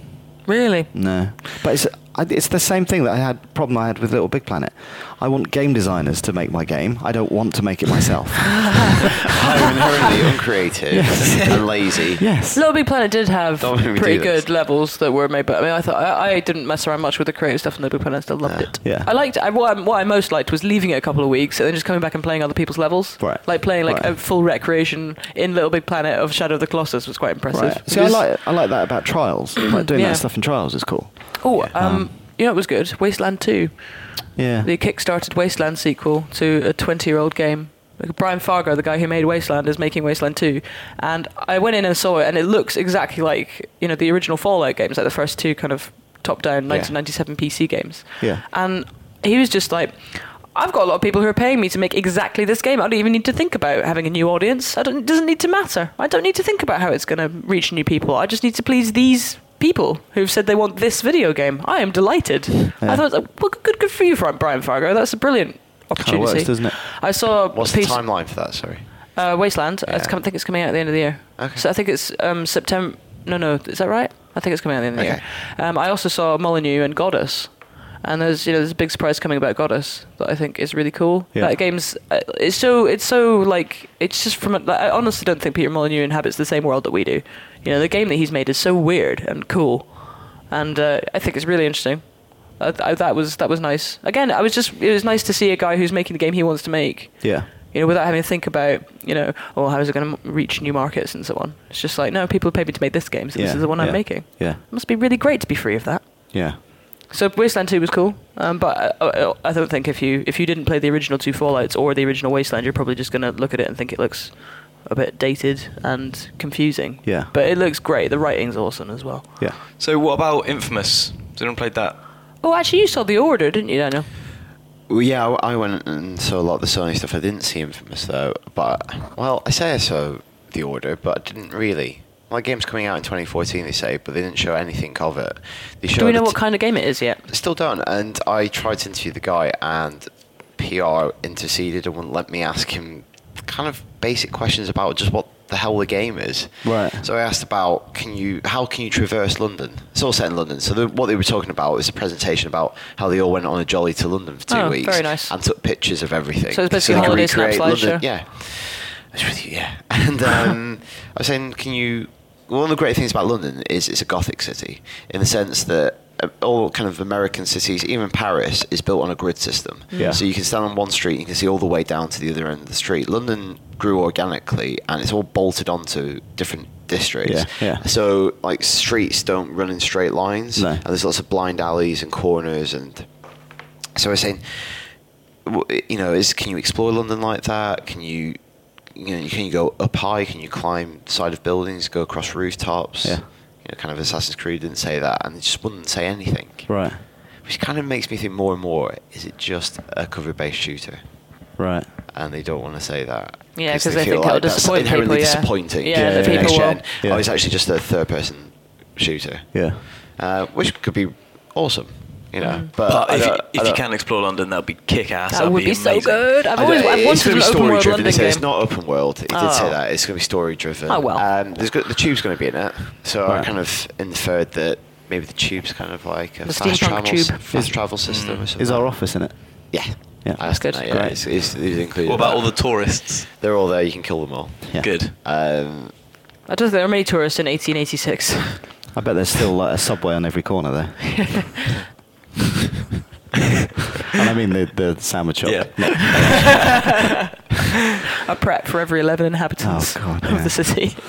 Really? No, but it's I- it's the same thing that I had problem I had with Little Big Planet. I want game designers to make my game. I don't want to make it myself. I'm inherently uncreative and lazy. yes. Little Big Planet did have Don't make me pretty do good this. levels that were made, but I mean, I thought I, I didn't mess around much with the creative stuff in Little Big Planet. I still loved Yeah. it. Yeah. I liked. I, what, I, what I most liked was leaving it a couple of weeks and then just coming back and playing other people's levels. Right. Like playing like Right. a full recreation in Little Big Planet of Shadow of the Colossus was quite impressive. Right. See, I Because- like I like that about trials. like doing Yeah. that stuff in trials is cool. Oh, um, Um, you know it was good. Wasteland Two, Yeah. the kickstarted Wasteland sequel to a twenty-year-old game. Brian Fargo, the guy who made Wasteland, is making Wasteland 2. And I went in and saw it, and it looks exactly like, you know, the original Fallout games, like the first two kind of top-down 1997 PC games. Yeah. And he was just like, I've got a lot of people who are paying me to make exactly this game. I don't even need to think about having a new audience. I don't, it doesn't need to matter. I don't need to think about how it's going to reach new people. I just need to please these people who've said they want this video game. I am delighted. I thought, well, good, good for you, Fri- Brian Fargo. That's a brilliant Kinda opportunity. works, doesn't it? I saw a What's the piece, timeline for that? Sorry. Uh, Wasteland. I Yeah. com- think it's coming out at the end of the year. Okay. So I think it's um, September. No, no, is that right? I think it's coming out at the end of the Okay. year. Um, I also saw Molyneux and Goddess. And there's you know there's a big surprise coming about Goddess that I think is really cool. Yeah. That game's uh, it's so it's so like it's just from a, like, I honestly don't think Peter Molyneux inhabits the same world that we do. You know the game that he's made is so weird and cool, and uh, I think it's really interesting. I, I, that was that was nice. Again, I was just it was nice to see a guy who's making the game he wants to make yeah. you know, without having to think about, you know, oh, how is it going to reach new markets and so on. It's just like, no, people pay me to make this game, so Yeah, this is the one yeah, I'm making. yeah. It must be really great to be free of that. Yeah. So Wasteland 2 was cool, um, but I, I, I don't think if you if you didn't play the original two Fallout's or the original Wasteland, you're probably just going to look at it and think it looks a bit dated and confusing. Yeah. But it looks great. The writing's awesome as well. Yeah. So what about Infamous? Has anyone played that? Oh, actually, you saw The Order, didn't you, Daniel? Well, yeah, I I went and saw a lot of the Sony stuff. I didn't see Infamous though, but well, I say I saw The Order, but I didn't really. My game's coming out in 2014, they say, but they didn't show anything of it. They showed Do we a know what t- kind of game it is yet? Still don't. And I tried to interview the guy, and PR interceded and wouldn't let me ask him kind of basic questions about just what the hell the game is. Right. So I asked about can you how can you traverse London? It's all set in London. So the, what they were talking about was a presentation about how they all went on a jolly to London for two Oh, weeks very nice. and took pictures of everything. So it's basically they a could holiday snap recreate London. slideshow? Yeah. It's with you, yeah. And um, I was saying, can you? One of the great things about London is it's a Gothic city in the sense that uh, all kind of American cities, even Paris, is built on a grid system. Yeah. So you can stand on one street and you can see all the way down to the other end of the street. London grew organically and it's all bolted onto different districts. Yeah, yeah. So like streets don't run in straight lines No. and there's lots of blind alleys and corners and so I was saying, w- you know, is can you explore London like that? Can you, you know, can you go up high? Can you climb the side of buildings? Go across rooftops? Yeah. You know, kind of Assassin's Creed didn't say that, and it just wouldn't say anything. Right. Which kind of makes me think more and more: is it just a cover-based shooter? Right. And they don't want to say that. Yeah, 'cause they feel think it'll that's disappoint people, inherently yeah. disappointing. Yeah, the for next people will. gen. Yeah. Oh, it's actually just a third-person shooter. Yeah. Uh, which could be awesome, you know. Mm. But, But I if, don't- you, I if you don't- can explore London, that'll be kick ass. That would be, so good. I've I always don't- I've it's wanted gonna an be open story world driven. They London say game. It's not open world. It did Oh. say that. It's going to be story driven. Oh, well. Um, there's go- the tube's going to be in it, so I Right. kind of inferred that maybe the tube's kind of like a The fast steampunk travel, tube. fast travel system. or something. Is our office in it? Yeah. Yeah. I asked That's them that, good. yeah. Great. It's, it's, it's included. What about all the tourists? They're all there. You can kill them all. Yeah. Good. Um, I don't think there are many tourists in 1886. I bet there's still like a subway on every corner there. and I mean the the sandwich shop. Yeah. not- a prep for every 11 inhabitants Oh, God, of yeah. the city.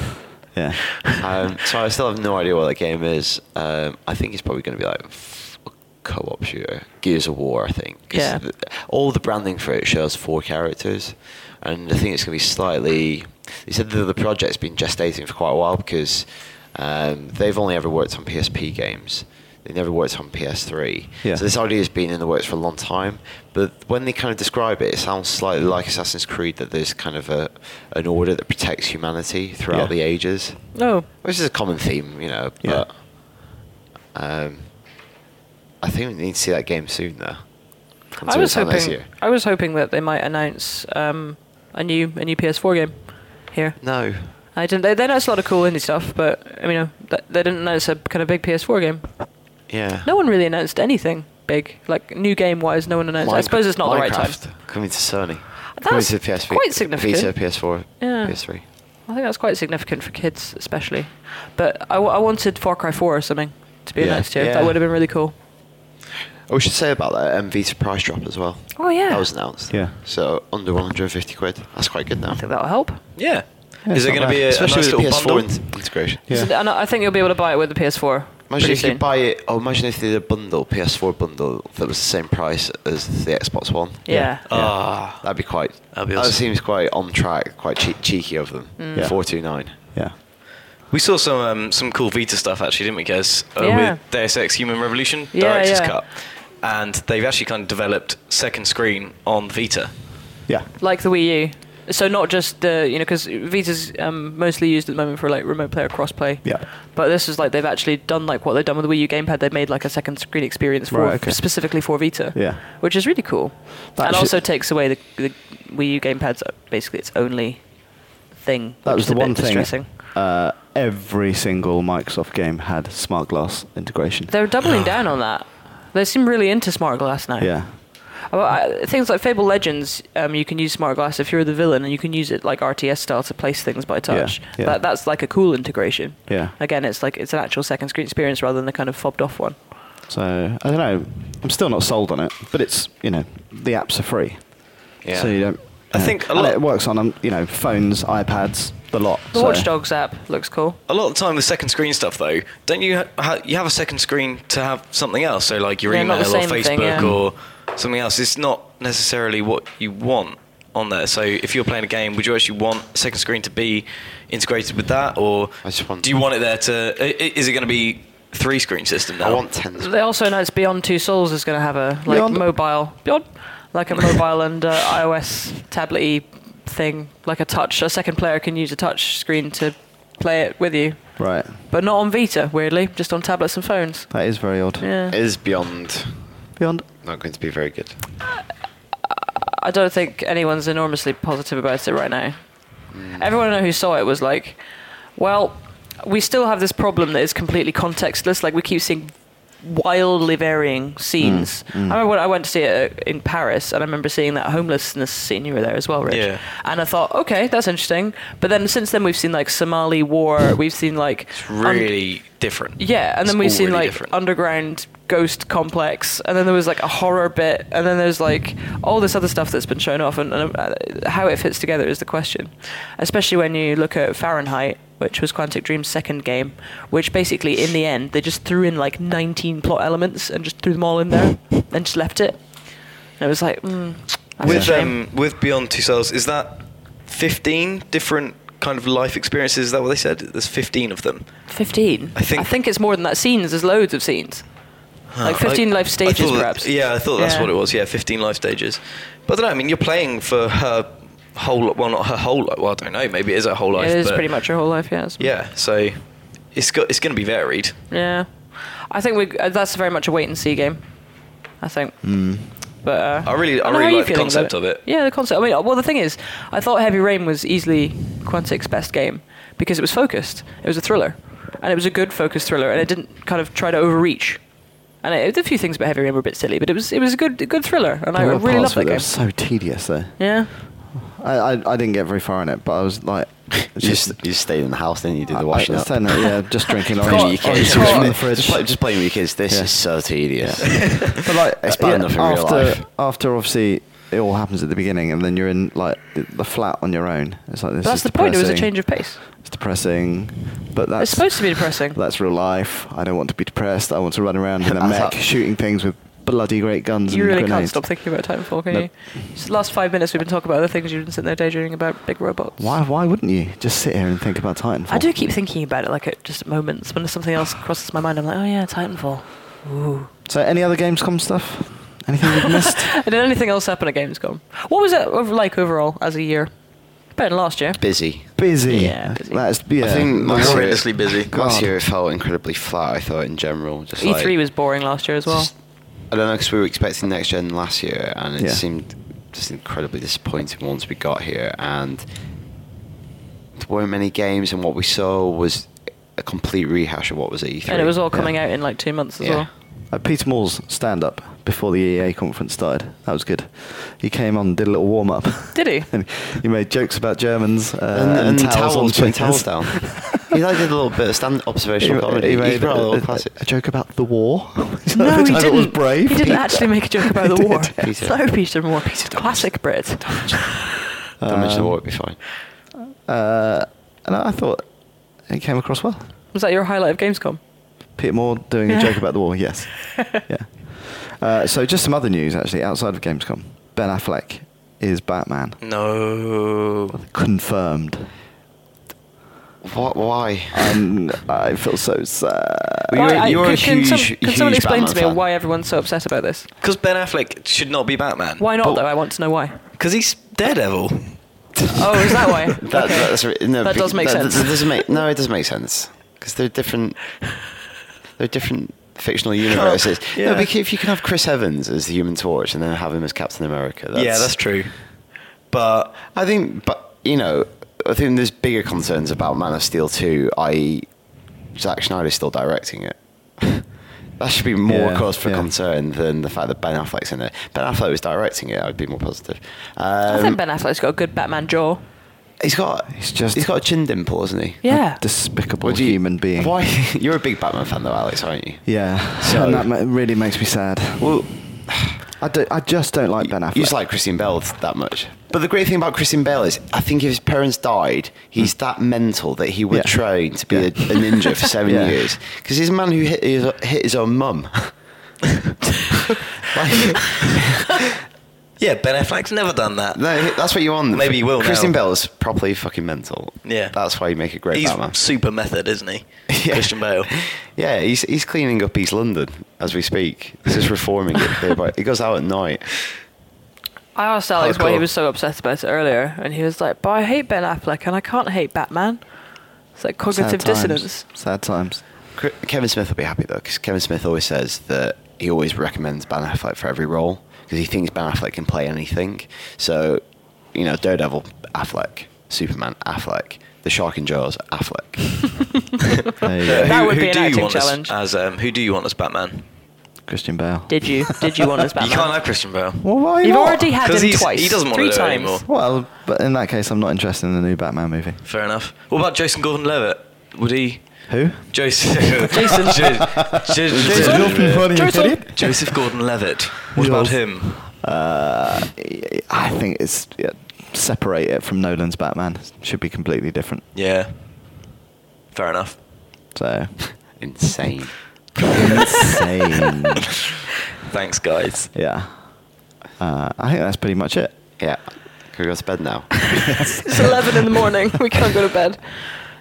Yeah. Um, so I still have no idea what that game is. Um, I think it's probably going to be like f- co-op shooter, Gears of War. I think. 'Cause Yeah. th- all the branding for it shows four characters, and I think it's going to be slightly. They said that the project's been gestating for quite a while because um, they've only ever worked on PSP games. They never worked on PS3. Yeah. So this idea has been in the works for a long time. But when they kind of describe it, it sounds slightly like Assassin's Creed that there's kind of a an order that protects humanity throughout Yeah. the ages No. which is a common theme, you know. Yeah. But um, I think we need to see that game soon, though. Come I to was the time next hoping year. I was hoping that they might announce um, a new a new PS4 game here. No, I didn't. They, they announced a lot of cool indie stuff, but I mean, uh, th- they didn't announce a kind of big PS4 game. yeah. No one really announced anything big, like new game wise. No one announced. I Minec- suppose it's not the right time. Minecraft coming to Sony. That's coming to PSP, quite significant. Vita, PS4, Yeah. PS3. I think that's quite significant for kids, especially. But I, w- I wanted Far Cry 4 or something to be Yeah. announced here. Yeah. That would have been really cool. Oh, we should say about that um, Vita price drop as well. Oh, yeah. that was announced. Yeah. so under 150 quid. That's quite good now. I think that'll help. Yeah. Yeah, it's Is there not going to bad. be a, a nice Especially little with the PS4 bundle? in- integration. Yeah. So th- and I I think you'll be able to buy it with the PS4. Imagine pretty if you soon. buy it. Oh, imagine if they did a bundle PS4 bundle that was the same price as the Xbox One. Yeah. Ah. That'd be quite. That'd be that awesome. seems quite on track, quite che- cheeky of them. Mm. Yeah. Four two nine. Yeah. We saw some um, some cool Vita stuff actually, didn't we, guys? Uh, Yeah. With Deus Ex: Human Revolution, Yeah, Director's yeah. Cut, and they've actually kind of developed second screen on Vita. Yeah. Like the Wii U. So not just the, you know, because Vita's um, mostly used at the moment for like remote player crossplay. Yeah. But this is like they've actually done like what they've done with the Wii U gamepad. They've made like a second screen experience for Right, okay. specifically for Vita. Yeah. Which is really cool. That and should- also takes away the, the Wii U gamepad's uh, basically its only thing. That which was is the a bit one thing. distressing. Uh, every single Microsoft game had smart glass integration. They're doubling down on that. They seem really into smart glass now. yeah. Well, I, things like Fable Legends, um, you can use smart glass if you're the villain, and you can use it like RTS style to place things by touch. yeah. That, that's like a cool integration. Yeah. Again, it's like it's an actual second screen experience rather than the kind of fobbed off one. So I don't know. I'm still not sold on it, but it's you know the apps are free, Yeah. so you don't. I you know, think a and lot- it works on um, you know phones, iPads, the lot. The so- Watch Dogs app looks cool. A lot of the time with second screen stuff, though, don't you ha- ha- you have a second screen to have something else? So like your Yeah, email not or the same Facebook thing, yeah. or something else. It's not necessarily what you want on there. So if you're playing a game, would you actually want a second screen to be integrated with that, or I just want- do you want it there to? i- i- Is it going to be three screen system? Now? I want ten. They also announced Beyond Two Souls is going to have a like Beyond- mobile Beyond, like a mobile and uh, iOS tablet thing, like a touch. A second player can use a touch screen to play it with you, Right. but not on Vita. Weirdly, just on tablets and phones. That is very odd. Yeah. It is beyond. Beyond. Not going to be very good. I don't think anyone's enormously positive about it right now. Everyone I know who saw it was like, well, we still have this problem that is completely contextless. Like, we keep seeing wildly varying scenes. Mm, I remember when I went to see it uh, in Paris, and I remember seeing that homelessness scene. You were there as well, Rich. Yeah. And I thought, okay, that's interesting. But then since then, we've seen like Somali war, we've seen like. un- really different. yeah, and It's then all we've seen really like different. underground ghost complex, and then there was like a horror bit, and then there's like all this other stuff that's been shown off, and, and uh, how it fits together is the question, especially when you look at Fahrenheit. Which was Quantic Dream's second game, which basically in the end they just threw in like 19 plot elements and just threw them all in there and just left it. And it was like, mm, that's a with shame. um, with Beyond Two Souls, is that fifteen different kind of life experiences? Is that what they said? There's fifteen of them. 15. I think- I think it's more than that. Scenes, there's loads of scenes. Like 15 life stages, thought that- perhaps. yeah, I thought that's Yeah. what it was. Yeah, 15 life stages. But I don't know. I mean, you're playing for her whole. Well, not her whole. li- Well, I don't know. Maybe it is her whole life. it is but- pretty much your whole life, yes. Yeah. So it's got. It's going to be varied. Yeah, I think we. Uh, that's very much a wait and see game. I think. Hmm. But uh, I really- I don't know, really how are you like the feeling about concept of it. Yeah, the concept. I mean, well, the thing is, I thought Heavy Rain was easily Quantic's best game because it was focused. It was a thriller, and it was a good focused thriller, and it didn't kind of try to overreach. And it, a few things about Heavy Rain were a bit silly, but it was it was a good a good thriller, and I There were really parts loved of it that that game. was so tedious though. Yeah. I, I I didn't get very far in it, but I was like You just, you just stayed in the house, didn't you? Did I- the washing I, up. I don't know, yeah, just drinking Playing orange, with your orange juice kids. Just from play- the fridge. Just, play, just playing with your kids. This Yeah. is so tedious. But like, It's bad enough in real after, life. After obviously it all happens at the beginning, and then you're in like the- the flat on your own. It's like this. But that's is the point. It was a depressing. change of pace. It's depressing, but that's It's supposed to be depressing. That's real life. I don't want to be depressed. I want to run around in a That's mech how- shooting things with bloody great guns You and really can't grenades. stop thinking about Titanfall, can No. you? Just the last five minutes we've been talking about other things you've been sitting there daydreaming about big robots. Why? Why wouldn't you just sit here and think about Titanfall? I do keep thinking about it, like at just at moments when something else crosses my mind. I'm like, oh yeah, Titanfall. Ooh. So, any other Gamescom stuff? Anything we've missed? And did anything else happen at Gamescom? What was it over, like overall as a year? Better than last year. Busy. busy. Yeah, busy. That's yeah. I think that's last year- it. horrendously busy. Last God. year it felt incredibly flat. I thought in general. Just E3 like- E was boring last year as well. Just- I don't know because we were expecting next gen last year, and it Yeah. seemed just incredibly disappointing once we got here. And there weren't many games, and what we saw was a complete rehash of what was at E E3. and it was all yeah. coming out in like two months as Yeah. well. Uh, Peter Moore's stand up before the EA conference started. That was good. He came on, and did a little warm up. Did he? and he made jokes about Germans uh, And, and, towels, on putting chairs. towels down. he like did a little bit of stand He, observational comedy. he He made brought a a, little a, classic. a joke about the war. Which No, I he thought didn't. was brave. He didn't Peter. actually make a joke about the He war. did. Peter. So Peter Moore, classic Brit. Don't mention the Um, war, it'd be fine. Uh, and I thought it came across well. Was that your highlight of Gamescom? Peter Moore doing a Yeah. joke about the war. Yes. yeah. Uh, so just some other news actually outside of Gamescom. Ben Affleck is Batman. No. Confirmed. What? Why? and I feel so sad. Well, you're- Why- I- you're a can, can some- huge- can someone huge explain Batman to me fan. why everyone's so upset about this? Because Ben Affleck should not be Batman. Why not But- though? I want to know why. Because he's Daredevil. Oh, is that why? That, Okay. that's, re- no, That be- does make sense. that doesn't make, no, it doesn't make sense because they're different. They're different fictional universes. yeah. No, because if you can have Chris Evans as the Human Torch and then have him as Captain America, that's, yeah, that's true. But I think, but you know, I think there's bigger concerns about Man of Steel 2, i.e., Zack Snyder's still directing it. that should be more Yeah, cause for yeah. concern than the fact that Ben Affleck's in it. Ben Affleck was directing it. I'd be more positive. I Um, think Ben Affleck's got a good Batman jaw. he's got He's just- he's got a chin dimple, isn't he? Yeah. Despicable Would you- human being. Why you're a big Batman fan though, Alex, aren't you? Yeah, So- and that ma- really makes me sad. Well, I, do, I just don't like Ben you Affleck. just like Christian Bale that much. But the great thing about Christian Bale is, I think if his parents died, he's that mental that he would Yeah. train to be Yeah. a, a ninja for seven Yeah. years. Because he's a man who hit his, hit his own mum. like, yeah, Ben Affleck's never done that. no, that's what you want. Maybe he will Christian now. Bale is properly fucking mental. Yeah. that's why you make a great he's Batman. super method, isn't he? Yeah. Christian Bale. Yeah, he's he's cleaning up East London as we speak. He's just reforming it. bit by- He goes out at night. I asked Alex why he Hardcore. was so upset about it earlier, and he was like, "But I hate Ben Affleck, and I can't hate Batman." It's like Sad cognitive times. dissonance. Sad times. Cri- Kevin Smith will be happy though, because Kevin Smith always says that he always recommends Ben Affleck for every role because he thinks Ben Affleck can play anything. So, you know, Daredevil, Affleck, Superman, Affleck, The Shark and Jaws, Affleck. There you Uh, go. That would be an do you acting want as- challenge. As, um, who do you want as Batman? Christian Bale. Did you? Did you want this You Batman? can't have Christian Bale. well, why You've not? already had 'Cause him he's- twice. he doesn't wanna three do it times. anymore. Well, but in that case, I'm not interested in the new Batman movie. Fair enough. What about Jason Gordon-Levitt? Would he? Who? Jason. Jason. Jason. Funny, Jason? idiot. Joseph Gordon-Levitt. What about him? Uh, I think it's yeah, separate it from Nolan's Batman. Should be completely different. Yeah. Fair enough. So Insane. insane. Thanks, guys. Yeah. Uh, I think that's pretty much it. Yeah. Can we go to bed now? It's eleven in the morning. We can't go to bed.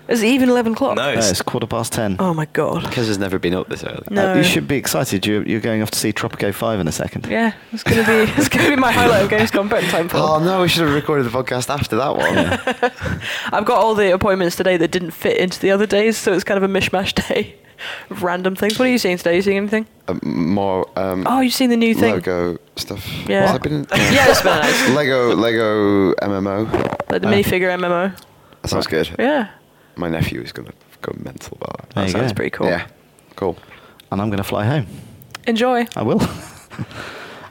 Is it even eleven o'clock? No. Uh, it's quarter past ten. Oh my god. Because has never been up this early. No. Uh, you should be excited. You're, you're going off to see Tropico 5 in a second. Yeah, it's gonna be it's gonna be my highlight of Gamescom prep time for. Oh no, we should have recorded the podcast after that one. I've got all the appointments today that didn't fit into the other days, so it's kind of a mishmash day of random things. What are you seeing today? Are you seeing anything? Um, more um, Oh, you've seen the new thing. Lego stuff. Yeah. Has that been- Yeah, it's been nice. Lego Lego MMO. Like the Uh, minifigure MMO. That sounds good. Yeah. My nephew is gonna go mental about that. There That you sounds go. pretty cool. Yeah, cool. And I'm going to fly home. Enjoy. I will.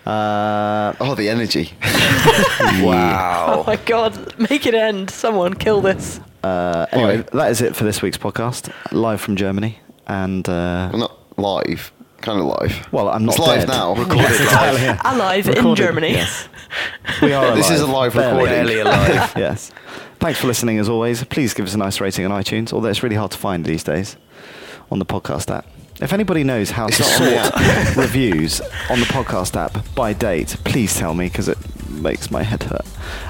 Uh, Oh, the energy. Oh. Wow. my god, make it end. Someone kill this. uh, anyway, Alright. that is it for this week's podcast, live from Germany. And uh, Well, not live, kind of live. well, I'm not it's live dead. now. Yes, entirely, yeah. Alive in Recorded, Germany. yes. We are. This is a live barely. recording. Barely alive. yes. Thanks for listening as always. Please give us a nice rating on iTunes, although it's really hard to find these days on the podcast app. If anybody knows how It's to not on the sort app. reviews on the podcast app by date, please tell me because it makes my head hurt.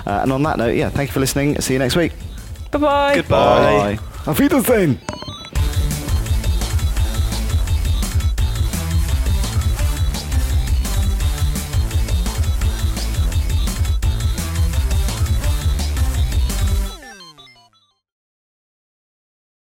Uh, and on that note, yeah, thank you for listening. See you next week. Bye bye. Goodbye. Bye. Auf Wiedersehen.